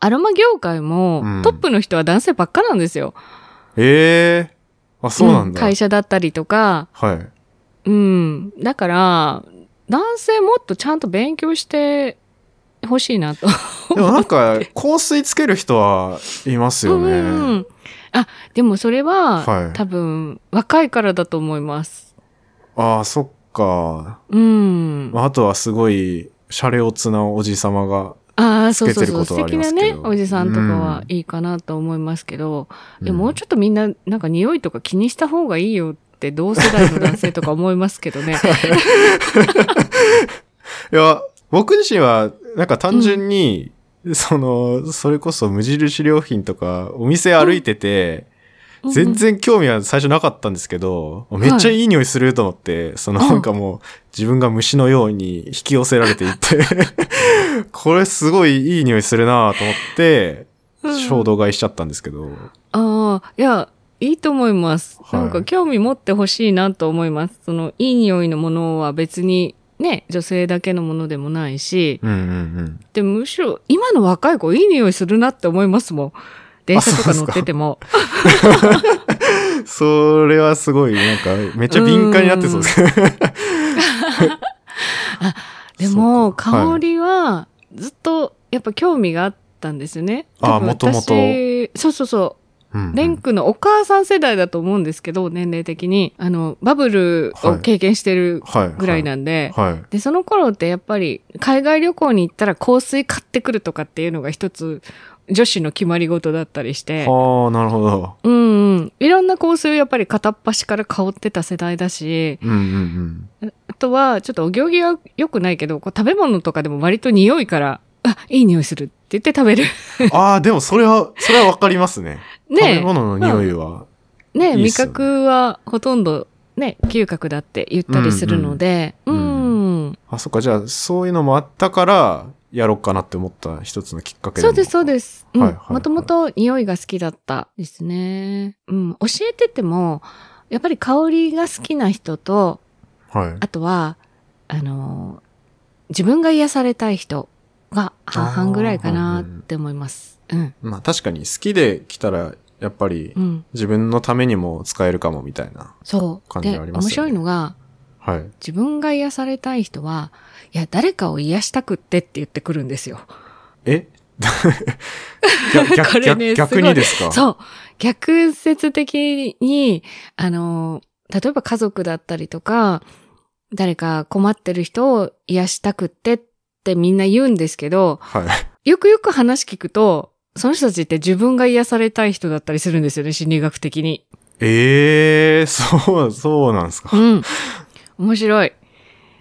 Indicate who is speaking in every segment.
Speaker 1: アロマ業界も、
Speaker 2: うん
Speaker 1: トップの人は男性ばっかなんですよ。
Speaker 2: ええあ、そうなん
Speaker 1: ん
Speaker 2: だ。
Speaker 1: 会社だったりとか、
Speaker 2: はい。
Speaker 1: うん。だから、男性もっとちゃんと勉強してほしいなと。
Speaker 2: でもなんか、香水つける人はいますよ ね。
Speaker 1: うんうん。あ、でもそれは、
Speaker 2: はい
Speaker 1: 多分、若いからだと思います。
Speaker 2: ああ、そっか。
Speaker 1: うん。
Speaker 2: まああとはすごい、シャレオツなおじさまが。
Speaker 1: ああ、そうそうそう。
Speaker 2: つけて
Speaker 1: 素
Speaker 2: ることはあり
Speaker 1: 敵
Speaker 2: ま
Speaker 1: な
Speaker 2: すけど
Speaker 1: ね、おじさんとかは
Speaker 2: うん
Speaker 1: いいかなと思いますけど、でももう
Speaker 2: ょ
Speaker 1: ちょっとみんな、なんか匂いとか気にした方がいいよって、同世代の男性とか思いますけどね。
Speaker 2: っと。いや、僕自身は、なんか単純に、その、それこそ無印良品とか、お店歩いてて、 全然興味は最初なかったんですけど、めっちゃいい匂いすると思って、その
Speaker 1: うん
Speaker 2: なんかもう自分が虫のように引き寄せられていって、 これすごいいい匂いするなと思って、
Speaker 1: うん
Speaker 2: 衝動買いしちゃったんですけど。
Speaker 1: ああ、いや、いいと思います。
Speaker 2: はい
Speaker 1: なんか興味持ってほしいなと思います。その、いい匂いのものは別に、ね、女性だけのものでもないし、
Speaker 2: うんうん
Speaker 1: で、むしろ、今の若い子、いい匂いするなって思いますもん。電車とか乗ってても。
Speaker 2: うん。それはすごい、なんかめっちゃ敏感になってそうです。
Speaker 1: でも、
Speaker 2: そうかは
Speaker 1: 香
Speaker 2: い
Speaker 1: りは、ずっと、やっぱ興味があったんですよね。
Speaker 2: あー
Speaker 1: 多分
Speaker 2: 元々
Speaker 1: 私そうそうそう。
Speaker 2: うんうん
Speaker 1: レン君のお母さん世代だと思うんですけど、年齢的に。あの、バブルを経験してる
Speaker 2: はい。
Speaker 1: ぐらいなんんで、
Speaker 2: はい。
Speaker 1: で、その頃ってやっぱり、海外旅行に行ったら香水買ってくるとかっていうのが一つ、女子の決まり事だったりして、
Speaker 2: ああ、なるほど。
Speaker 1: うんうん。いろんな香水をやっぱり片っ端から香ってた世代だし、
Speaker 2: うんうん
Speaker 1: あとは、ちょっとお行儀は良くないけど、こう食べ物とかでも割と匂いから、あ、いい匂いするって言って食べる。
Speaker 2: うん。ああ、でもそれは、それはわかりますね。食べ
Speaker 1: ね
Speaker 2: 物の匂いは。
Speaker 1: え、ねえ
Speaker 2: いいっ
Speaker 1: 味
Speaker 2: すよね
Speaker 1: 覚はほとんど、ね、嗅覚だって言ったりするので、
Speaker 2: う
Speaker 1: うんん、
Speaker 2: うあ、そっか、じゃあ、そういうのもあったから、やろうかなって思った一つのきっかけ
Speaker 1: そうです、そう
Speaker 2: す。
Speaker 1: です。
Speaker 2: はいはいはい
Speaker 1: もともと匂いが好きだったですね。うん。教えてても、やっぱり香りが好きな人と、
Speaker 2: はい。
Speaker 1: あとは、あの、自分が癒されたい人が半々ぐらいかなって思います。うん。
Speaker 2: まあ確かに好きで来たら、やっぱり
Speaker 1: うん。
Speaker 2: 自分のためにも使えるかもみたいな。
Speaker 1: そう。
Speaker 2: 感じ
Speaker 1: で、
Speaker 2: ありま
Speaker 1: 面
Speaker 2: すよ
Speaker 1: 白
Speaker 2: ね
Speaker 1: いのが、
Speaker 2: はい。
Speaker 1: 自分が癒されたい人は、いや、誰かを癒したくってって言ってくるんですよ。
Speaker 2: え 逆
Speaker 1: こ
Speaker 2: 逆
Speaker 1: れね
Speaker 2: 逆逆
Speaker 1: すご
Speaker 2: に
Speaker 1: い
Speaker 2: ですか
Speaker 1: そう。逆説的に、あの、例えば家族だったりとか、誰か困ってる人を癒したくってってみんな言うんですけど、
Speaker 2: はい。
Speaker 1: よくよく話聞くと、その人たちって自分が癒されたい人だったりするんですよね、心理学的 に。
Speaker 2: ええー、そう、そうなんですか
Speaker 1: う。ん。面白い。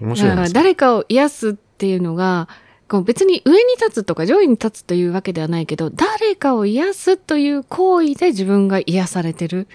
Speaker 2: 面白
Speaker 1: だ
Speaker 2: いで
Speaker 1: から
Speaker 2: すか
Speaker 1: 誰かを癒すっていうのが、こう別に上に立つとか上位に立つというわけではないけど、誰かを癒すという行為で自分が癒されてる。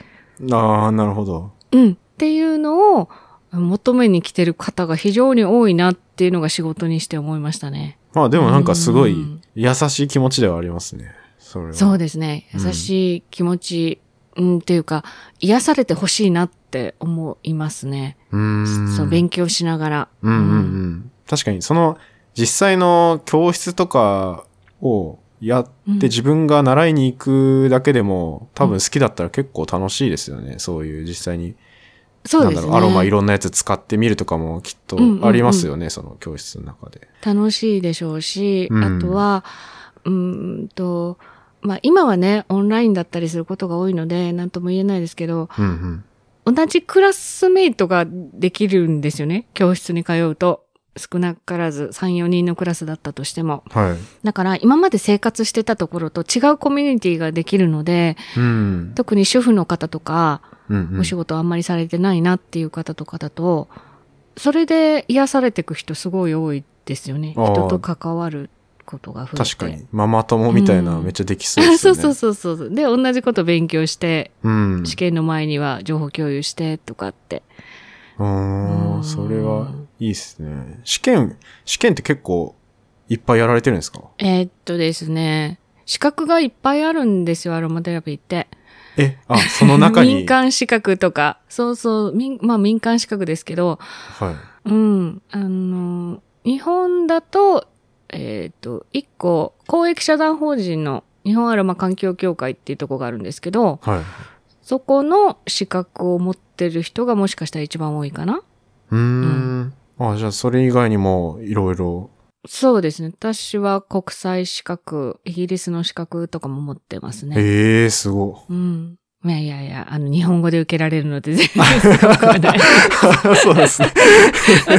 Speaker 2: ああ、なるほど。
Speaker 1: うん。っていうのを求めに来てる方が非常に多いなっていうのが仕事にして思いましたね。
Speaker 2: まあでもなんかすごい
Speaker 1: うん
Speaker 2: 優しい気持ちではありますね。それは。
Speaker 1: そうですね。
Speaker 2: うん
Speaker 1: 優しい気持ち、うん、っていうか、癒されてほしいなって思いますね。
Speaker 2: うーん。
Speaker 1: そう、勉強しながら。
Speaker 2: うんうんうん。確かに、その、実際の教室とかをやって
Speaker 1: うん
Speaker 2: 自分が習いに行くだけでも、多分好きだったら結構楽しいですよね。そういう実際に、
Speaker 1: そう
Speaker 2: なん
Speaker 1: で
Speaker 2: だ
Speaker 1: す
Speaker 2: ろ
Speaker 1: ね。
Speaker 2: う、アロマいろんなやつ使ってみるとかもきっとありますよね、その教室の中で。
Speaker 1: 楽しいでしょうし、
Speaker 2: うん
Speaker 1: あとは、うーんと、まあ今はね、オンラインだったりすることが多いので、なんとも言えないですけど、
Speaker 2: うんうん。
Speaker 1: 同じクラスメイトができるんですよね。教室に通うと。少なからず3、4人のクラスだったとしても。
Speaker 2: はい。
Speaker 1: だから今まで生活してたところと違うコミュニティができるので、
Speaker 2: うん。
Speaker 1: 特に主婦の方とか、
Speaker 2: うんうん
Speaker 1: お仕事あんまりされてないなっていう方とかだと、それで癒されていく人すごい多いですよね。
Speaker 2: あー
Speaker 1: 人と関わることが増えて。
Speaker 2: 確かに。ママ友みたいな
Speaker 1: うん
Speaker 2: めっちゃできそうで す
Speaker 1: そ
Speaker 2: よ
Speaker 1: う
Speaker 2: ね。
Speaker 1: そうそうそう。で、同じこと勉強して、
Speaker 2: う。うん。
Speaker 1: 試験の前には情報共有してとかって。
Speaker 2: うー、
Speaker 1: うんん
Speaker 2: それはいいですね。試験、試験って結構いっぱいやられてるんですか
Speaker 1: えーっとですね、資格がいっぱいあるんですよ、アロマテラピーって。
Speaker 2: え、あ、その中に。
Speaker 1: 民間資格とか、そうそう、民まあ民間資格ですけど、
Speaker 2: はい。
Speaker 1: うん、あの、日本だとえっ、と、一個、公益社団法人の日本アロマ環境協会っていうとこがあるんですけど、
Speaker 2: はい。
Speaker 1: そこの資格を持ってる人がもしかしたら一番多いかな
Speaker 2: うーん。あ、じゃあそれ以外にもいろいろ。
Speaker 1: そうですね。私は国際資格、イギリスの資格とかも持ってますね。
Speaker 2: ええー、すご
Speaker 1: うん。いやいやいや、あの、日本語で受けられるので全然 すごくはない。
Speaker 2: い。そうですね。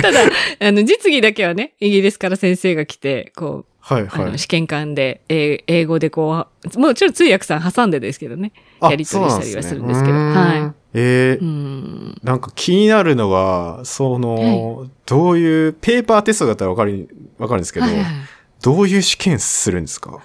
Speaker 1: ただ、あの、実技だけはね、イギリスから先生が来て、こう、
Speaker 2: はい
Speaker 1: あの
Speaker 2: はい。
Speaker 1: 試験官で、えー英語でこう、もちろん通訳さん挟んでですけどね。
Speaker 2: あ
Speaker 1: やり取りしたりはするんですけど
Speaker 2: そうなん
Speaker 1: は
Speaker 2: ね
Speaker 1: いう
Speaker 2: ーんええ
Speaker 1: うーん。
Speaker 2: なんか気になるのが、その、どういう、ペーパーテストだったらわかる、わかるんですけど、
Speaker 1: はいはい
Speaker 2: どういう試験するんですか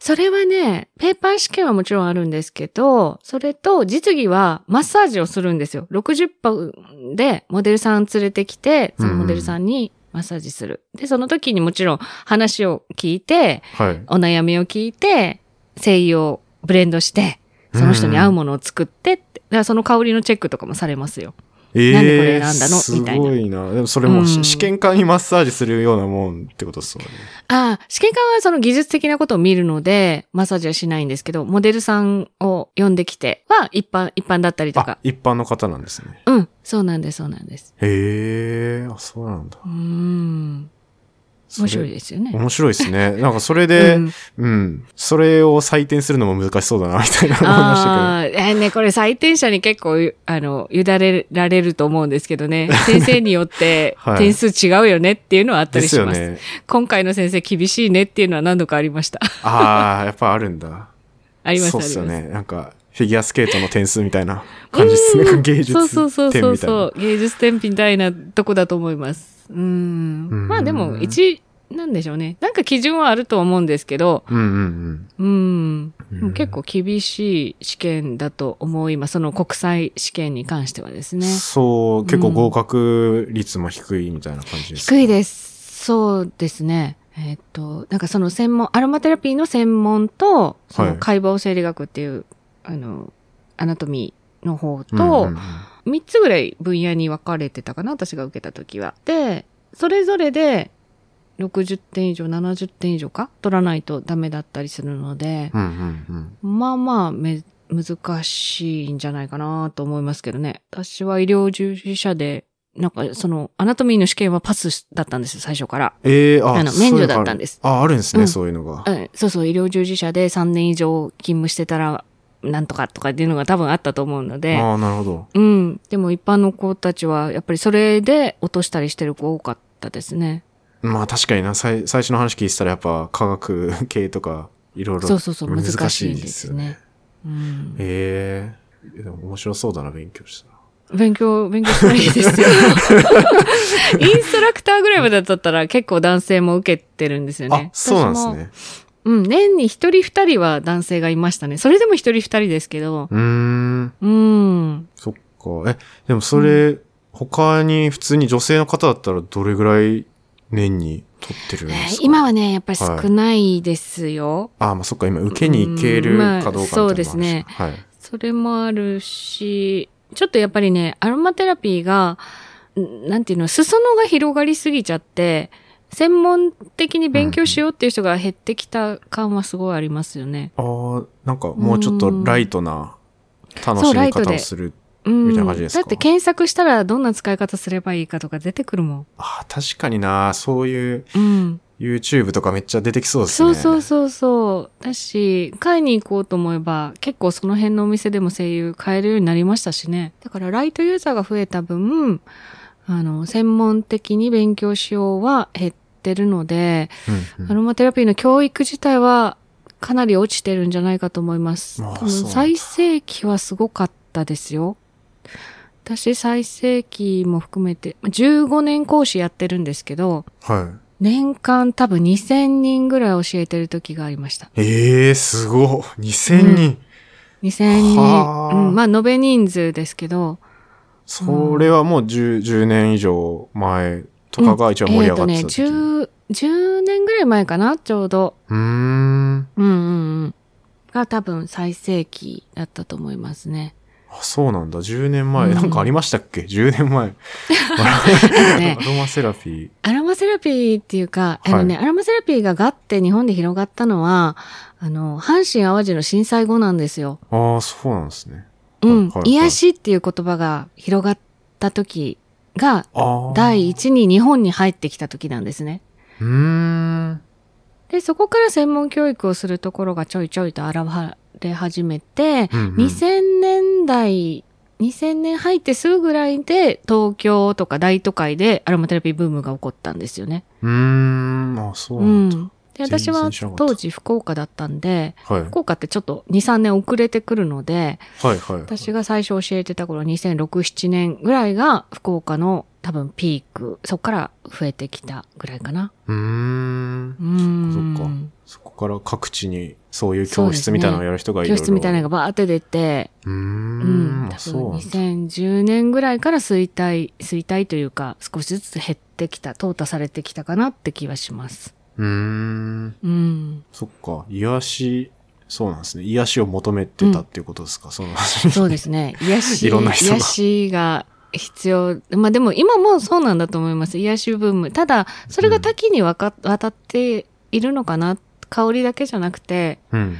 Speaker 1: それはね、ペーパー試験はもちろんあるんですけど、それと実技はマッサージをするんですよ。60分でモデルさん連れてきて、そのモデルさんにマッサージする。で、その時にもちろん話を聞いて、
Speaker 2: はい。
Speaker 1: お悩みを聞いて、精油をブレンドして、その人に合うものを作ってって、だからその香りのチェックとかもされますよ。
Speaker 2: ええ
Speaker 1: なんでこれ選んだのみたいな
Speaker 2: すごいな。でもそれもし、
Speaker 1: うん
Speaker 2: 試験官にマッサージするようなもんってことですよね。
Speaker 1: ああ、試験官はその技術的なことを見るので、マッサージはしないんですけど、モデルさんを呼んできては、一般、一般だったりと
Speaker 2: あ
Speaker 1: か、。
Speaker 2: 一般の方なんですね。
Speaker 1: うん、そうなんです、そうなんです。
Speaker 2: へえ、あ、そうなんだ。
Speaker 1: うーん。面白いですよね。
Speaker 2: 面白いで すね。なんかそれで、
Speaker 1: う
Speaker 2: うん、
Speaker 1: ん、
Speaker 2: それを採点するのも難しそうだな、みたいな思いました
Speaker 1: ああ、えーね、これ採点者に結構、あの、委ねられると思うんですけどね。先生によって
Speaker 2: はい
Speaker 1: 点数違うよねっていうのはあっ
Speaker 2: け
Speaker 1: た
Speaker 2: ど。で
Speaker 1: り
Speaker 2: す
Speaker 1: し
Speaker 2: よ
Speaker 1: ます。
Speaker 2: ね。
Speaker 1: 今回の先生厳しいねっていうのは何度かありました。
Speaker 2: ああ、やっぱあるんだ。
Speaker 1: あります、
Speaker 2: そう
Speaker 1: ありま
Speaker 2: っ
Speaker 1: すす
Speaker 2: よ。ね。なんか、フィギュアスケートの点数みたいな感じですね。芸術点
Speaker 1: そう
Speaker 2: みたい
Speaker 1: そうそうそう
Speaker 2: な。
Speaker 1: そう。 芸術点みたいなとこだと思います。うー
Speaker 2: うん
Speaker 1: ん。まあでも、一、なんでしょうね。なんか基準はあると思うんですけど、
Speaker 2: うんうん
Speaker 1: うん。
Speaker 2: う
Speaker 1: で
Speaker 2: ん。
Speaker 1: も結構厳しい試験だと思います。その国際試験に関してはですね。
Speaker 2: そう、結構
Speaker 1: うん
Speaker 2: 合格率も低いみたいな感じですか。
Speaker 1: 低いです。そうですね。えっと、なんかその専門、アロマテラピーの専門と、そ
Speaker 2: は
Speaker 1: の
Speaker 2: い
Speaker 1: 解剖生理学っていう、あの、アナトミーの方と、
Speaker 2: うんうんうん
Speaker 1: 3つぐらい分野に分かれてたかな、私が受けた時は。で、それぞれで60点以上、70点以上か取らないとダメだったりするので、
Speaker 2: うんうんうん。
Speaker 1: まあまあめ、難しいんじゃないかなと思いますけどね。私は医療従事者で、なんかその、アナトミーの試験はパスだったんですよ、最初から。
Speaker 2: ええ、あ、
Speaker 1: あの
Speaker 2: そういう
Speaker 1: 免除
Speaker 2: が
Speaker 1: だったんです
Speaker 2: あるあ、あるんです
Speaker 1: う
Speaker 2: ね、
Speaker 1: ん
Speaker 2: そういうのが
Speaker 1: う。ん、そうそう、医療従事者で3年以上勤務してたら、なんとかとかっていうのが多分あったと思うので。
Speaker 2: ああ、なるほど。
Speaker 1: うん。でも一般の子たちは、やっぱりそれで落としたりしてる子多かったですね。
Speaker 2: まあ確かにな、最最初の話聞いてたらやっぱ科学系とかいろいろ。
Speaker 1: そうそうそう、
Speaker 2: 難
Speaker 1: 難
Speaker 2: しい
Speaker 1: しいんですね。うん、
Speaker 2: ええでも面白そうだな、勉強したら。
Speaker 1: 勉強、勉強したらいい ですよ。インストラクターぐらいまでだったら結構男性も受けてるんですよ
Speaker 2: あ
Speaker 1: ね、。
Speaker 2: そうなんです
Speaker 1: 私も。
Speaker 2: ね。
Speaker 1: うん、年に一人二人は男性がいましたね。それでも一人二人ですけど。
Speaker 2: うーん。
Speaker 1: うん。
Speaker 2: そっか。え、でもそれ、他に普通に女性の方だったらどれぐらい年に取ってるんですか、
Speaker 1: 今はね、やっぱり少ないですよ。
Speaker 2: あ、まあそっか、今受けに行けるかどうかみたいな
Speaker 1: うん
Speaker 2: のもあるし
Speaker 1: まあそうですね
Speaker 2: はい。
Speaker 1: それもあるし、ちょっとやっぱりね、アロマテラピーが、んなんていうの、裾野が広がりすぎちゃって、専門的に勉強しようっていう人が減ってきた感はすごいありますよね。
Speaker 2: ああ、なんかもうちょっとライトな楽し
Speaker 1: そうラ
Speaker 2: み
Speaker 1: イト
Speaker 2: 方を
Speaker 1: です
Speaker 2: る。
Speaker 1: うん。
Speaker 2: みたいな感じですか
Speaker 1: だって検索したらどんな使い方すればいいかとか出てくるもん。
Speaker 2: ああ、確かにな、そういう
Speaker 1: うん。
Speaker 2: YouTube とかめっちゃ出てきそうです
Speaker 1: そ
Speaker 2: ね。
Speaker 1: うそうそうそう。だし、買いに行こうと思えば、結構その辺のお店でも声優買えるようになりましたしね。だからライトユーザーが増えた分、あの、専門的に勉強しようは減ってるので、
Speaker 2: うんうん
Speaker 1: アロマテラピーの教育自体はかなり落ちてるんじゃないかと思います。
Speaker 2: ああ
Speaker 1: 多分
Speaker 2: そうなんだ
Speaker 1: 最盛期はすごかったですよ。私最盛期も含めて、まあ15年講師やってるんですけど、
Speaker 2: は
Speaker 1: 年間多分2000人ぐらい教えてる時がありました。
Speaker 2: い。ええすごっ !2000 人、
Speaker 1: 2000
Speaker 2: はあ
Speaker 1: 人。うん、まあ、延べ人数ですけど。
Speaker 2: それはもう 10, 10年以上前とかが一番盛り上がって
Speaker 1: え
Speaker 2: た
Speaker 1: ー
Speaker 2: 時。
Speaker 1: とね、10、10年ぐらい前かな、ちょうど。
Speaker 2: うーん。
Speaker 1: うんうんうん。が多分最盛期だったと思いますね。
Speaker 2: はあそうなんだ。10年前。
Speaker 1: うん
Speaker 2: なんかありましたっけ ?10 年 前。
Speaker 1: ね
Speaker 2: アロマセラピ
Speaker 1: アロマセラピーっていうか、
Speaker 2: はい
Speaker 1: あのね、アロマセラピーがガッて日本で広がったのは、あの、阪神淡路の震災後なんですよ。
Speaker 2: ー。ああ、そうなんですね。
Speaker 1: うん。
Speaker 2: はいはい
Speaker 1: 癒しっていう言葉が広がった時が、
Speaker 2: ああ。
Speaker 1: 第。一に日本に入ってきた時なんですね。
Speaker 2: うーん。
Speaker 1: で、そこから専門教育をするところがちょいちょいと現れ始めて、
Speaker 2: うんうん
Speaker 1: 2000年代、2000年入ってすぐぐらいで東京とか大都会でアロマテラピーブームが起こったんですよね。
Speaker 2: うーん。あそ
Speaker 1: う
Speaker 2: うなんだ。
Speaker 1: ん。で、
Speaker 2: 全然
Speaker 1: 私は
Speaker 2: 知らなかった
Speaker 1: 当時福岡だったんで、
Speaker 2: はい。
Speaker 1: 福岡ってちょっと2、3年遅れてくるので、
Speaker 2: はいはい。
Speaker 1: 私が最初教えてた頃2006、7年ぐらいが福岡の多分ピーク、そこから増えてきたぐらいかな。
Speaker 2: うーん。
Speaker 1: うーん。
Speaker 2: そっかそこから各地にそういう教室みたいなのをやる人がいる。
Speaker 1: 教室みたいなのがバーって出て、
Speaker 2: うー。
Speaker 1: うんん、
Speaker 2: あ
Speaker 1: 多
Speaker 2: そう
Speaker 1: 分
Speaker 2: なんだ。
Speaker 1: 2010年ぐらいから衰退、衰退というか少しずつ減ってきた、淘汰されてきたかなって気はします。
Speaker 2: うーん。
Speaker 1: うん。
Speaker 2: そっか。癒し、そうなんですね。癒しを求めてたっていうことですか、その話に
Speaker 1: そうですね。癒し、
Speaker 2: いろんな人が
Speaker 1: 癒しが必要。まあでも今もそうなんだと思います。癒しブーム。ただ、それが多岐にわか渡っているのかな。香りだけじゃなくて、
Speaker 2: うん。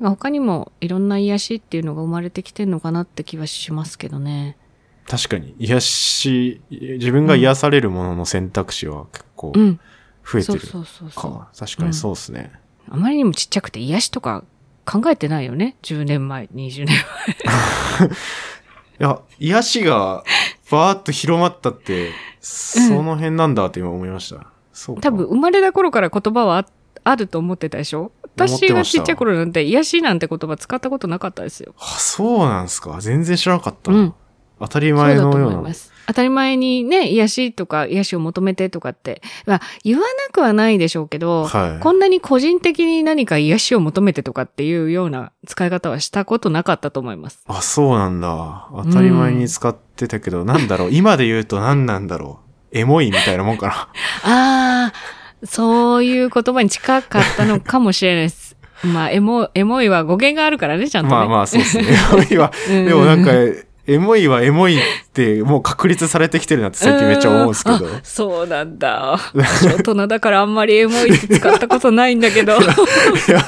Speaker 1: なんか他にもいろんな癒しっていうのが生まれてきてるのかなって気はしますけどね。
Speaker 2: 確かに、癒し、自分が癒されるものの選択肢は結構
Speaker 1: うん。
Speaker 2: 増えて
Speaker 1: そう
Speaker 2: る
Speaker 1: そうそう
Speaker 2: か。
Speaker 1: そう。
Speaker 2: 確かにそうですね。
Speaker 1: あまりにもちっちゃくて癒しとか考えてないよね。10年前、20年前。
Speaker 2: いや、癒しがバーッと広まったって、その辺なんだって今思いました。そうか
Speaker 1: 多分、生まれた頃から言葉はああると思ってたでしょ私がちっちゃい頃なんて癒しなんて言葉使ったことなかったですよ。
Speaker 2: あそうなんですか。全然知らなかったな。
Speaker 1: うん
Speaker 2: 当たり
Speaker 1: そう
Speaker 2: 前
Speaker 1: だと
Speaker 2: のよ
Speaker 1: 思
Speaker 2: う
Speaker 1: い
Speaker 2: な。
Speaker 1: ます。当たり前にね、癒しとか癒しを求めてとかって、まあ、言わなくはないでしょうけど、
Speaker 2: はい
Speaker 1: こんなに個人的に何か癒しを求めてとかっていうような使い方はしたことなかったと思います。
Speaker 2: あ、そうなんだ。当たり前に使ってたけど、なんだろう。今で言うと何なんだろう。エモいみたいなもんか
Speaker 1: あ
Speaker 2: な。
Speaker 1: あ、そういう言葉に近かったのかもしれないです。 まあ、エモ、エモいは語源があるからね、ち ゃんと、ね。
Speaker 2: まあまあ、そうですね。エモいは、
Speaker 1: うん
Speaker 2: でもなんか、エモいはエモいって、もう確立されてきてるなって最近めっちゃ思うんですけど。
Speaker 1: あそうなんだ。私大人だからあんまりエモいって使ったことないんだけど。
Speaker 2: いや、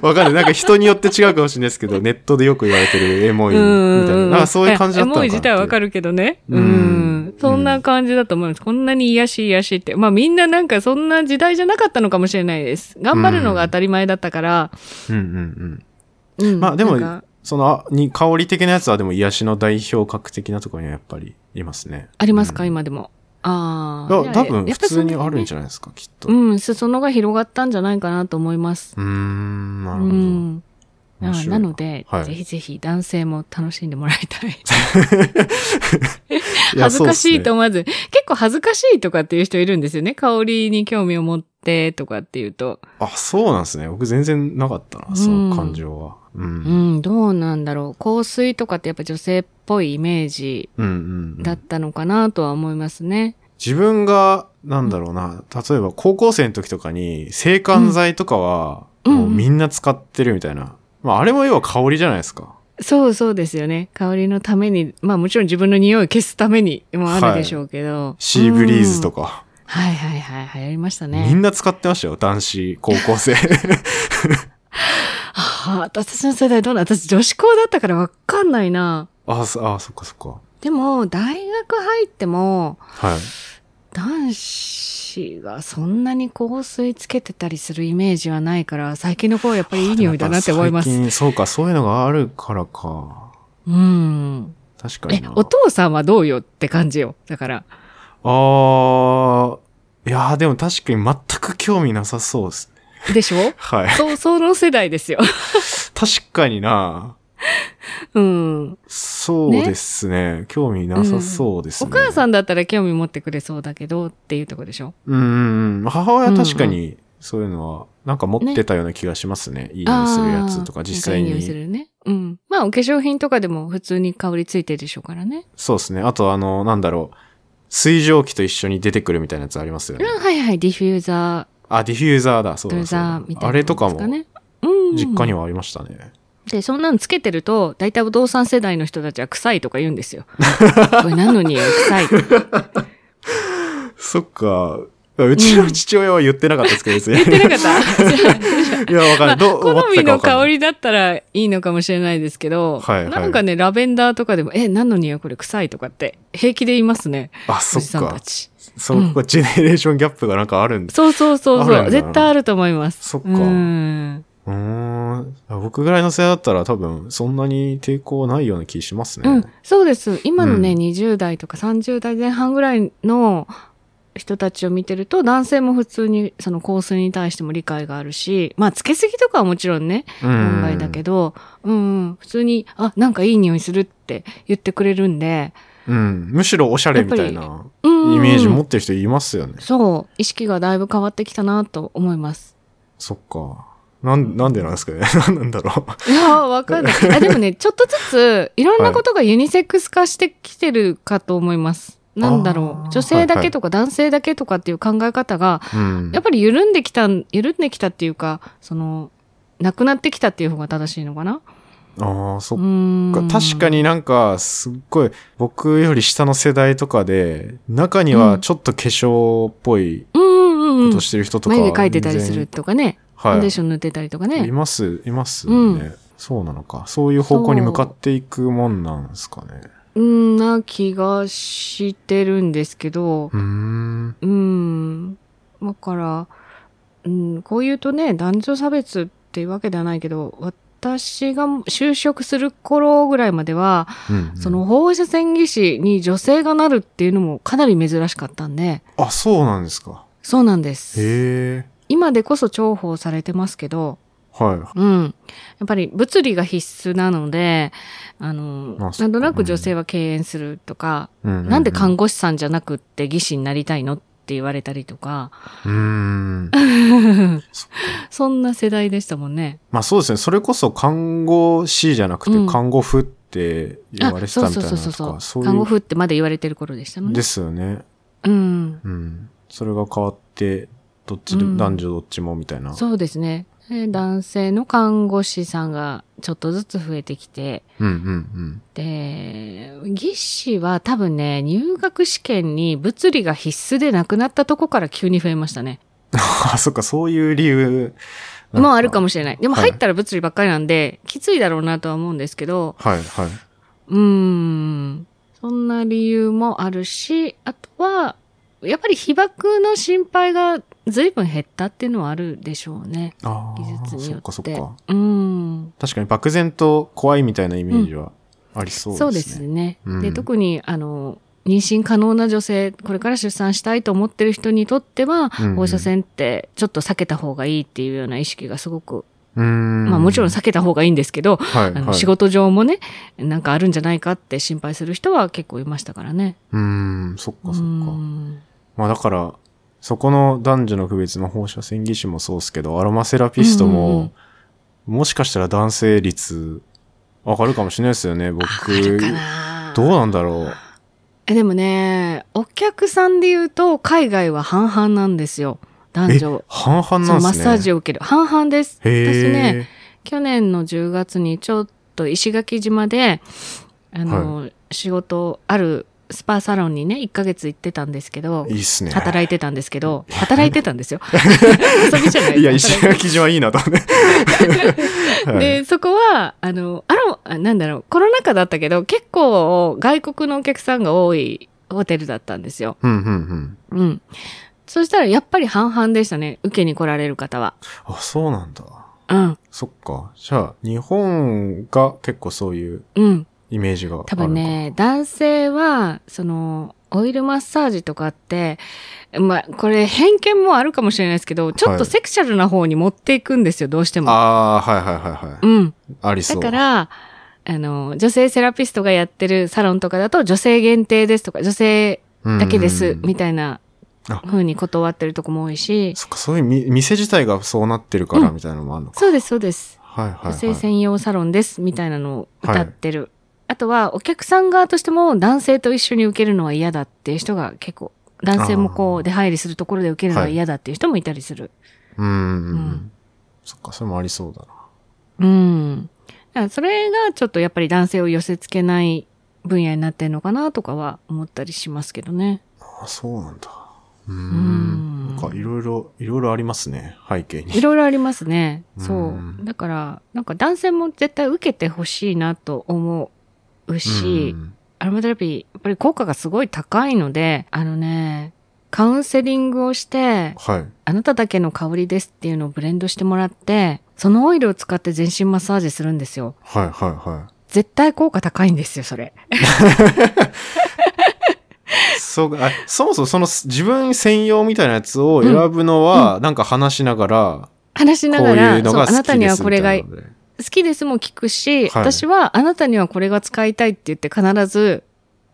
Speaker 2: わかんない。なんか人によって違うかもしれないですけど、ネットでよく言われてるエモいみたいな。なんかそういう感じだったの
Speaker 1: エモ
Speaker 2: かなってい
Speaker 1: い自体はわか
Speaker 2: る。
Speaker 1: るけどね。
Speaker 2: う
Speaker 1: うんん。そんな感じだと思います。こんなに癒しい癒しいって。まあみんななんかそんな時代じゃなかったのかもしれないです。頑張るのが当たり前だったから。
Speaker 2: うんうんうん。
Speaker 1: うん。
Speaker 2: まあでも
Speaker 1: なんか、
Speaker 2: その、あに、香り的なやつはでも癒しの代表格的なところにはやっぱりいますね。
Speaker 1: ありますか、
Speaker 2: うん
Speaker 1: 今でも。あ
Speaker 2: い
Speaker 1: あ。
Speaker 2: や多分
Speaker 1: やっ
Speaker 2: 普
Speaker 1: ぱりそ
Speaker 2: 通
Speaker 1: ん
Speaker 2: に
Speaker 1: な
Speaker 2: あるんじゃないですか、きっと。う
Speaker 1: うん、裾野が広がったんじゃないかなと思います。
Speaker 2: ーん、な
Speaker 1: う
Speaker 2: るほど。
Speaker 1: ん。
Speaker 2: 面
Speaker 1: あ
Speaker 2: 白い
Speaker 1: なので、
Speaker 2: はい
Speaker 1: ぜひぜひ男性も楽しんでもらいたい。
Speaker 2: いや
Speaker 1: 恥ずかしいと
Speaker 2: そうっ
Speaker 1: 思わず、結構恥ずかしいとかっていう人いるんですよね。香りに興味を持ってとかっていうと。
Speaker 2: すねあ、そうなんですね。僕全然なかったな、その感情は。うん。う、
Speaker 1: うんん、どうなんだろう。香水とかってやっぱ女性っぽいイメージ
Speaker 2: うん、うん
Speaker 1: だったのかなとは思いますね。
Speaker 2: 自分が、なんだろうな、例えば高校生の時とかに、制汗剤とかは、
Speaker 1: うん
Speaker 2: もううんみんな使ってるみたいな。まあ、あれも要は香りじゃないですか。
Speaker 1: そうそうですよね。香りのために、まあもちろん自分の匂いを消すためにもあるでしょうけど。
Speaker 2: シーブリーズと
Speaker 1: か。
Speaker 2: か。
Speaker 1: はいはいはい、流行りましたね。
Speaker 2: みんな使ってましたよ、男子、高校生。
Speaker 1: はあ、私たちの世代どうな私女子校だったからわかんないな。
Speaker 2: あ、そあ、そっかそっか。
Speaker 1: でも、大学入っても、
Speaker 2: はい。
Speaker 1: 男子がそんなに香水つけてたりするイメージはないから、最近の子はやっぱりいい匂いだなって思いま
Speaker 2: あでも
Speaker 1: す。
Speaker 2: やっぱ最近そうか、そういうのがあるからか。
Speaker 1: うん。
Speaker 2: 確か
Speaker 1: え
Speaker 2: にな。、
Speaker 1: お父さんはどうよって感じよ。だから。
Speaker 2: あー、いやーでも確かに全く興味なさそうですね。
Speaker 1: でしょ
Speaker 2: はい。
Speaker 1: そう、その世代ですよ。
Speaker 2: 確かにな。
Speaker 1: うん。
Speaker 2: そうですね。興味なさそうです
Speaker 1: お
Speaker 2: ね。
Speaker 1: 母さ
Speaker 2: ん。
Speaker 1: んだったら興味持ってくれそうだけどっていうとこでしょ
Speaker 2: うんうんうん。母親は確かにそういうのは、なんか持ってたような気がしますね。いい匂いするやつとか、
Speaker 1: あー
Speaker 2: 実際
Speaker 1: なんかいい匂いす
Speaker 2: に。
Speaker 1: るね。うん。まあ、お化粧品とかでも普通に香りついてるでしょうからね。
Speaker 2: そうですね。あと、あの、なんだろう。水蒸気と一緒に出てくるみたいなやつありますよね。
Speaker 1: うん、はいはい、ディフューザ
Speaker 2: あ、ディフューザーだ、そ
Speaker 1: ー、
Speaker 2: う
Speaker 1: ドゥー
Speaker 2: だそうだ
Speaker 1: ザーみたいな、
Speaker 2: あれとかも、
Speaker 1: ね。うん。
Speaker 2: 実家にはありましたね。
Speaker 1: で、そんなのつけてると、大体お父さん世代の人たちは臭いとか言うんです よ。これなのに臭い。
Speaker 2: そっか。うちの父親は言ってなかったですけど、別
Speaker 1: 言っ
Speaker 2: に。
Speaker 1: てなか った
Speaker 2: いや、わか
Speaker 1: ま
Speaker 2: んない。
Speaker 1: あ
Speaker 2: どう思っ
Speaker 1: 好み
Speaker 2: たか
Speaker 1: の
Speaker 2: わかんな
Speaker 1: 香
Speaker 2: い。
Speaker 1: りだったらいいのかもしれないですけど、
Speaker 2: はいはい
Speaker 1: なんかね、ラベンダーとかでも、え、何の匂いこれ臭いとかって平気で言いますね。
Speaker 2: あ、
Speaker 1: お
Speaker 2: そ
Speaker 1: じ
Speaker 2: っ
Speaker 1: さん
Speaker 2: か
Speaker 1: た。ち。
Speaker 2: そこ、ジェネレーションギャップがなんかあるんだ。
Speaker 1: そうそうそう
Speaker 2: あるん
Speaker 1: そ
Speaker 2: だ
Speaker 1: う。絶対あると思います。
Speaker 2: そっか
Speaker 1: うん。
Speaker 2: うーん。僕ぐらいの世代だったら多分、そんなに抵抗ないような気しますね。
Speaker 1: うん、そうです。今のね、
Speaker 2: うん
Speaker 1: 20代とか30代前半ぐらいの人たちを見てると、男性も普通にその香水に対しても理解があるし、まあ、つけすぎとかはもちろんね、問題だけ
Speaker 2: ど。
Speaker 1: ど、うん、うん普通に、あ、なんかいい匂いするって言ってくれるんで、
Speaker 2: うん。むしろおしゃれみたいな
Speaker 1: うんうん
Speaker 2: イメージ持ってる人いますよね。
Speaker 1: そう、意識がだいぶ変わってきたなと思います。
Speaker 2: そっか。なん、なんでなんですかね。 なんなんだろ
Speaker 1: いやー、わかん ない。あ、でもね、ちょっとずつ、いろんなことがユニセックス化してきてるかと思います。なんだろ
Speaker 2: あー
Speaker 1: う。女性だけとか男性だけとかっていう考え方が、
Speaker 2: う。うん。
Speaker 1: やっぱり緩んできたん、緩んできたっていうか、その、なくなってきたっていう方が正しいのかな
Speaker 2: ああ、そっ
Speaker 1: う
Speaker 2: か。
Speaker 1: ーん。
Speaker 2: 確かになんか、すっごい、僕より下の世代とかで、中にはちょっと化粧っぽい
Speaker 1: うんうんうん
Speaker 2: こ
Speaker 1: うん
Speaker 2: と。してる人とか、
Speaker 1: 眉毛描いてたりする
Speaker 2: 全然。
Speaker 1: とかね。フ
Speaker 2: は
Speaker 1: ァンデー
Speaker 2: い。
Speaker 1: ション塗ってたりとか
Speaker 2: い
Speaker 1: ね。
Speaker 2: ます、いますね、
Speaker 1: うん
Speaker 2: そうなのか。そういう方向に向かっていくもんなんですかね。
Speaker 1: うんな気がしてるんですけど、
Speaker 2: うーん。
Speaker 1: うん。だから、うん、こう言うとね、男女差別っていうわけではないけど、私が就職する頃ぐらいまでは、
Speaker 2: うん
Speaker 1: その放射線技師に女性がなるっていうのもかなり珍しかったんで、
Speaker 2: あ、そうなんですか。
Speaker 1: そうなんです。
Speaker 2: へえ。
Speaker 1: 今でこそ重宝されてますけど、
Speaker 2: は
Speaker 1: うん。やっぱり物理が必須なので、あの、
Speaker 2: まあそ
Speaker 1: な
Speaker 2: う
Speaker 1: んとなく女性は敬遠するとか、
Speaker 2: い。な
Speaker 1: なんで看護師さんじゃなくって技師になりたいのって言われたりとか、
Speaker 2: うーん。
Speaker 1: そんな世代でしたもんね。
Speaker 2: まあそうですね。それこそ看護師じゃなく
Speaker 1: うん
Speaker 2: て看護婦って言われて
Speaker 1: そ
Speaker 2: た
Speaker 1: う
Speaker 2: みた
Speaker 1: そ
Speaker 2: いうな
Speaker 1: そう
Speaker 2: の
Speaker 1: そう
Speaker 2: とか、
Speaker 1: そ。
Speaker 2: そうう
Speaker 1: 看護
Speaker 2: いう。
Speaker 1: 婦ってまで言われてる頃でしたもんね
Speaker 2: で。すよね。
Speaker 1: うん。
Speaker 2: うん。それが変わって、どっちで、
Speaker 1: うん
Speaker 2: 男女どっちもみたいな。
Speaker 1: そうですね。で男性の看護師さんがちょっとずつ増えてきて、
Speaker 2: うんうん
Speaker 1: で、技師は多分ね、入学試験に物理が必須でなくなったとこから急に増えましたね。
Speaker 2: うん。あ、そっか、そういう理由。
Speaker 1: もうあるかも
Speaker 2: し
Speaker 1: しれない。でも
Speaker 2: はい
Speaker 1: 入ったら物理ばっかりなんで、きついだろうなとは思うんですけど、
Speaker 2: れない。はい、はい。
Speaker 1: うーん。そんな理由もあるし、あとは、やっぱり被爆の心配が随分減ったっていうのはあるでしょうね。
Speaker 2: あ
Speaker 1: 技術
Speaker 2: あ、
Speaker 1: に
Speaker 2: そ
Speaker 1: よっ
Speaker 2: っ
Speaker 1: て。
Speaker 2: かそっか。
Speaker 1: うん。
Speaker 2: 確かに漠然と怖いみたいなイメージはありそうですね。
Speaker 1: そうですね。
Speaker 2: うん
Speaker 1: で、特に、あの、妊娠可能な女性、これから出産したいと思ってる人にとっては、
Speaker 2: うんうん
Speaker 1: 放射線ってちょっと避けた方がいいっていうような意識がすごく、
Speaker 2: うーん。
Speaker 1: まあもちろん避けた方がいいんですけど、
Speaker 2: はい、
Speaker 1: あ
Speaker 2: は
Speaker 1: の
Speaker 2: い。
Speaker 1: 仕事上もね、なんかあるんじゃないかって心配する人は結構いましたからね。
Speaker 2: うーん、そっかそっか。
Speaker 1: うん
Speaker 2: まあだから、そこの男女の区別の放射線技師もそうですけど、アロマセラピスト
Speaker 1: うんうん
Speaker 2: も、もしかしたら男性率、上がるかもしれないですよね、僕。
Speaker 1: 上がるかな
Speaker 2: どうなんだろう。
Speaker 1: えでもね、お客さんで言うと、海外は半々なんですよ。男
Speaker 2: え
Speaker 1: 女。、
Speaker 2: 半々
Speaker 1: そ
Speaker 2: な
Speaker 1: の
Speaker 2: んですね。
Speaker 1: マッサージを受ける。半々です。
Speaker 2: へー
Speaker 1: 私ね、去年の10月にちょっと石垣島で、あの、仕事あるスパサロンにね、1ヶ月行ってたんですけど、
Speaker 2: いいっすね。
Speaker 1: 働いてたんですけど、働いてたんですよ。 遊びじゃない
Speaker 2: い
Speaker 1: 働い
Speaker 2: や、
Speaker 1: て
Speaker 2: 石垣島いいなと思 って。はい
Speaker 1: で、そこは、あの、あら、あなんだろう、コロナ禍だったけど、結構外国のお客さんが多いホテルだったんですよ。
Speaker 2: うんうんうん。
Speaker 1: うん。そしたらやっぱり半々でしたね。受けに来られる方は。
Speaker 2: あ、そうなんだ。
Speaker 1: うん。
Speaker 2: そっか。じゃあ、日本が結構そういう
Speaker 1: うん。
Speaker 2: イメージがあるのか
Speaker 1: 多分。ね、男性は、その、オイルマッサージとかって、まあ、これ偏見もあるかもしれないですけど、ちょっとセクシャルな方に持っていくんですよ、どうしても。
Speaker 2: ああ、はいはいはいは
Speaker 1: うん。
Speaker 2: い。ありそ
Speaker 1: だ
Speaker 2: う。
Speaker 1: から、あの、女性セラピストがやってるサロンとかだと、女性限定ですとか、女性だけで
Speaker 2: うん
Speaker 1: す
Speaker 2: う、ん
Speaker 1: みたいな
Speaker 2: あ
Speaker 1: 風に断ってるとこも多いし、
Speaker 2: そっか、そういうみ店自体がそうなってるから
Speaker 1: うん
Speaker 2: みたいなのもあるのか。
Speaker 1: そうです、そうです。
Speaker 2: はいはい、
Speaker 1: 女
Speaker 2: はい。
Speaker 1: 性専用サロンです、みたいなのを歌ってる。あとは、お客さん側としても男性と一緒に受けるのは嫌だっていう人が結構、男性もこ
Speaker 2: あー
Speaker 1: う、出入りするところで受けるのは嫌だっていう人もいたりする。
Speaker 2: うーん。
Speaker 1: うん
Speaker 2: そっか、それもありそうだな。
Speaker 1: うん。だからそれがちょっとやっぱり男性を寄せ付けない分野になってんのかなとかは思ったりしますけどね。
Speaker 2: あ、そうなんだ。うー。
Speaker 1: うんん
Speaker 2: なんかいろいろ、いろいろありますね、背景に。
Speaker 1: いろいろありますね。そうう。だから、なんか男性も絶対受けてほしいなと思うし、
Speaker 2: うん
Speaker 1: アロマテラピー、やっぱり効果がすごい高いので、あのね、カウンセリングをして、
Speaker 2: はい。
Speaker 1: あなただけの香りですっていうのをブレンドしてもらって、そのオイルを使って全身マッサージするんですよ。
Speaker 2: はい、はい、は
Speaker 1: 絶対効果高いんですよ、それ。
Speaker 2: い。そうあそもそもその自分専用みたいなやつを選ぶのは、なんか話しながら、
Speaker 1: 話しな
Speaker 2: こ
Speaker 1: が
Speaker 2: う
Speaker 1: ら
Speaker 2: いうの
Speaker 1: そう
Speaker 2: が
Speaker 1: あ
Speaker 2: 好きですみ
Speaker 1: な
Speaker 2: た
Speaker 1: た
Speaker 2: い
Speaker 1: に
Speaker 2: な
Speaker 1: は
Speaker 2: の
Speaker 1: こ
Speaker 2: で
Speaker 1: れが好きですも聞くし、
Speaker 2: はい
Speaker 1: 私はあなたにはこれが使いたいって言って必ず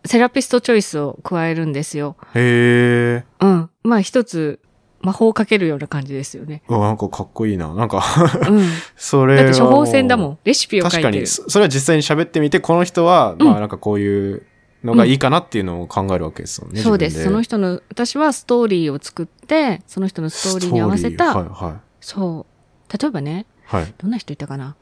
Speaker 1: セラピストチョイスを加えるんですよ。
Speaker 2: へえ。
Speaker 1: うん。まあ一つ魔法をかけるような感じですよね。
Speaker 2: うわ、なんかかっこいいな。なんか、
Speaker 1: うん。
Speaker 2: それ
Speaker 1: だ
Speaker 2: は
Speaker 1: って処方箋だも
Speaker 2: う。
Speaker 1: ん。レシピを書
Speaker 2: 確
Speaker 1: い
Speaker 2: か
Speaker 1: てる
Speaker 2: に、。そそれは実際に喋ってみて、この人は、まあなんかこういうのがいいかなっていうのを考えるわけですよね。
Speaker 1: そうです。
Speaker 2: 自
Speaker 1: その
Speaker 2: 分
Speaker 1: 人の、私はストーリーを作って、その人のストーリーに合わせた、
Speaker 2: ストーリーは
Speaker 1: そう。例えばね、
Speaker 2: い、はい。はい。
Speaker 1: どんな人いたかな。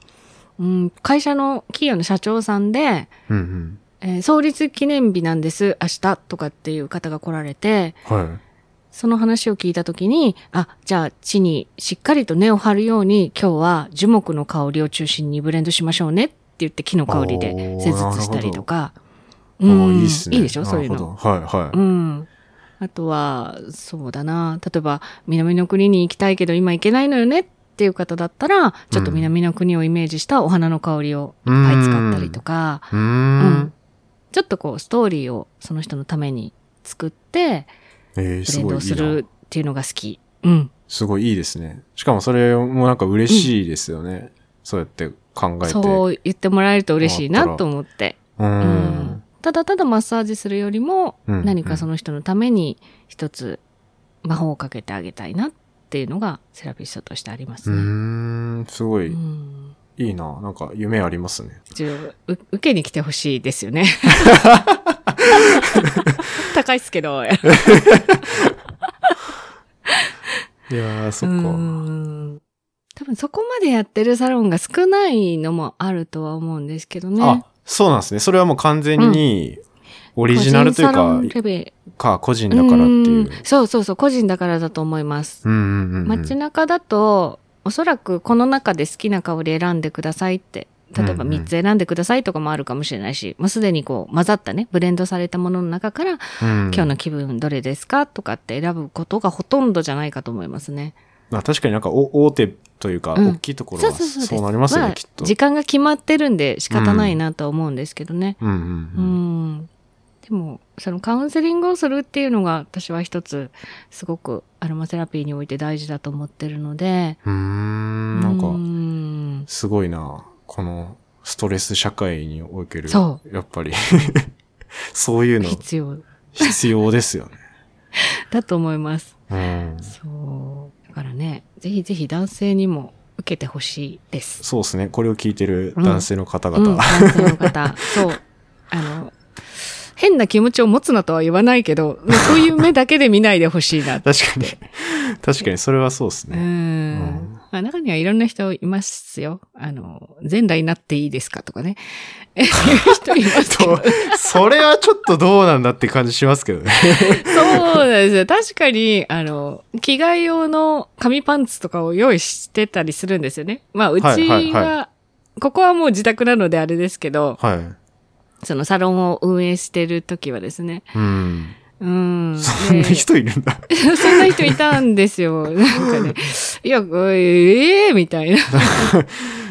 Speaker 1: うん、会社の企業の社長さんで、
Speaker 2: うんうん。
Speaker 1: えー創立記念日なんです、明日とかっていう方が来られて、
Speaker 2: はい。
Speaker 1: その話を聞いたときに、あ、じゃあ地にしっかりと根を張るように、今日は樹木の香りを中心にブレンドしましょうねって言って木の香り
Speaker 2: おー
Speaker 1: で施術したりとか。
Speaker 2: あ
Speaker 1: うん
Speaker 2: ーいいっすね。
Speaker 1: いいでしょそういう
Speaker 2: なる
Speaker 1: の。
Speaker 2: ほどはい、はい。
Speaker 1: うん。あとは、そうだな。例えば、南の国に行きたいけど今行けないのよねっていう方だったら、ちょっと南の国をイメージしたお花の香りをいっぱい使ったりとか、
Speaker 2: うー
Speaker 1: うんん。ちょっとこう、ストーリーをその人のために作って、
Speaker 2: えー、
Speaker 1: ブ
Speaker 2: す
Speaker 1: レン
Speaker 2: ごい
Speaker 1: ド
Speaker 2: い
Speaker 1: をす
Speaker 2: いな
Speaker 1: る。っていうのが好き。うん。
Speaker 2: すごいいいですね。しかもそれもなんか嬉しいですよね。そうやって考えて。
Speaker 1: そう言ってもらえると嬉しい
Speaker 2: 変わ
Speaker 1: な
Speaker 2: った
Speaker 1: と
Speaker 2: ら
Speaker 1: 思って。
Speaker 2: うー
Speaker 1: うんん。ただただマッサージするよりも、
Speaker 2: うん
Speaker 1: 何かその人のために一つ魔法をかけてあげたいなっていうのがセラピストとしてありま
Speaker 2: う
Speaker 1: すね。
Speaker 2: ーん、すご
Speaker 1: う
Speaker 2: い
Speaker 1: ん
Speaker 2: いいな。なんか夢ありますね。
Speaker 1: 一応う受けに来てほしいですよ ね。高いっすけ ど。
Speaker 2: いやー、そっ
Speaker 1: う
Speaker 2: か。
Speaker 1: ん多分そこまでやってるサロンが少ないのもあるとは思うんですけどね。
Speaker 2: あ、そうなんですね。それはもう完全にオリジナルという
Speaker 1: 個人サ
Speaker 2: か、
Speaker 1: ロンレベル
Speaker 2: か、個人だからってい
Speaker 1: ん
Speaker 2: う。
Speaker 1: そうそうそう、個人だからだと思います。
Speaker 2: うんうんうんうん。
Speaker 1: 街中だと、おそらくこの中で好きな香り選んでくださいって、例えば
Speaker 2: うんうん
Speaker 1: 3つ選んでくださいとかもあるかもしれないし、もうすでにこう混ざったね、ブレンドされたものの中から、
Speaker 2: うん
Speaker 1: 今日の気分どれですかとかって選ぶことがほとんどじゃないかと思いますね。
Speaker 2: まあ確かになんかお大手というか、
Speaker 1: うん
Speaker 2: 大きいところは
Speaker 1: そうそうそうです
Speaker 2: そうなりますよ
Speaker 1: ま
Speaker 2: ね、
Speaker 1: あ
Speaker 2: きっと。
Speaker 1: 時間が決まってるんで仕方ないなとは思うんですけどね。
Speaker 2: うんう
Speaker 1: うんん。でも、そのカウンセリングをするっていうのが私は一つ、すごくアロマセラピーにおいて大事だと思ってるので、
Speaker 2: うん。うーん、なんか
Speaker 1: うー、ん
Speaker 2: すごいな。このストレス社会における。
Speaker 1: そ
Speaker 2: やっぱり。 そういうの
Speaker 1: 必要
Speaker 2: 必要で すよね。
Speaker 1: だと思います。
Speaker 2: うん。
Speaker 1: そう。だからね、ぜひぜひ男性にも受けてほしいです。
Speaker 2: そうですね。これを聞いてる男性の方々。
Speaker 1: うん、男性の 方。そう。あの、変な気持ちを持つなとは言わないけど、そういう目だけで見ないでほしいなって。
Speaker 2: 確かに。確かに、それはそうです
Speaker 1: うー
Speaker 2: ね。
Speaker 1: ん
Speaker 2: うん
Speaker 1: まあ、中にはいろんな人いますよ。あの、前代になっていいですかとかね。いう人いますけど
Speaker 2: と、それはちょっとどうなんだって感じしますけどね。
Speaker 1: そうなんですよ。確かに、あの、着替え用の紙パンツとかを用意してたりするんですよね。まあ、うちは、
Speaker 2: はいはいは
Speaker 1: ここはもう自宅なのであれですけど、
Speaker 2: はい。
Speaker 1: そのサロンを運営してる時はですね。
Speaker 2: うん。
Speaker 1: うん。
Speaker 2: そんな人いるんだ。
Speaker 1: で そんな人いたんですよ。なんかね。いや、これええみたい な。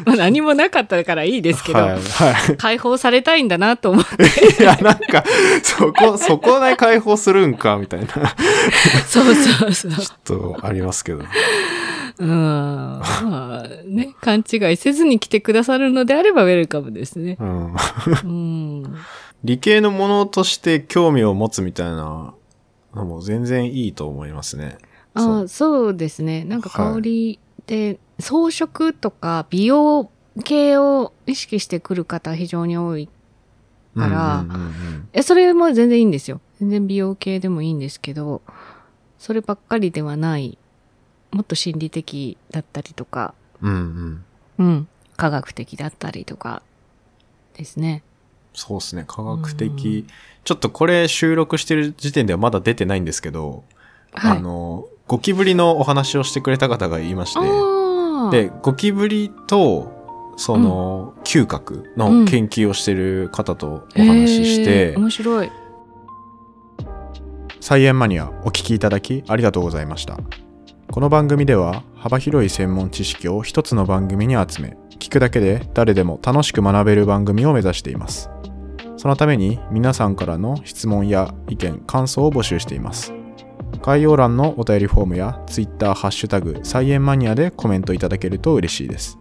Speaker 1: まあ、何もなかったからいいですけど、
Speaker 2: はい。は
Speaker 1: 解放されたいんだなと思 って、
Speaker 2: い。いや、なんか、そこ、そこで解放するんか、みたいな、ちょ
Speaker 1: そうそう そう。
Speaker 2: っとありますけど。
Speaker 1: うん。まあね、勘違いせずに来てくださるのであればウェルカムですね。
Speaker 2: うん。
Speaker 1: うん。
Speaker 2: 理系のものとして興味を持つみたいなのも全然いいと思いますね。
Speaker 1: あ
Speaker 2: そう
Speaker 1: あ、そうですね。なんか香りで、装飾とか美容系を意識してくる方非常に多い。から
Speaker 2: うんうんうんうん
Speaker 1: え、それも全然いいんですよ。全然美容系でもいいんですけど、そればっかりではない。もっと心理的だったりとか、
Speaker 2: うんうん。
Speaker 1: うん。科学的だったりとかですね。
Speaker 2: そうですね。科学的。ちょっとこれ収録してる時点ではまだ出てないんですけど、
Speaker 1: はい。
Speaker 2: あの、ゴキブリのお話をしてくれた方がいまして、
Speaker 1: あー
Speaker 2: で、ゴキブリと、その、嗅覚の研究をしてる方とお話しして、
Speaker 1: へー面白い。
Speaker 2: サイエンマニアお聞きいただきありがとうございました。この番組では幅広い専門知識を一つの番組に集め、聞くだけで誰でも楽しく学べる番組を目指しています。そのために皆さんからの質問や意見、感想を募集しています。概要欄のお便りフォームや Twitter ハッシュタグサイエンマニアでコメントいただけると嬉しいです。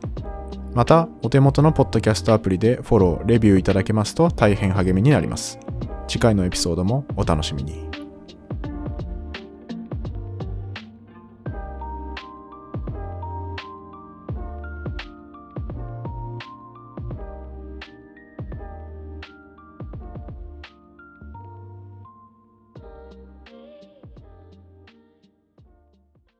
Speaker 2: また、お手元のポッドキャストアプリでフォロー、レビューいただけますと大変励みになります。次回のエピソードもお楽しみに。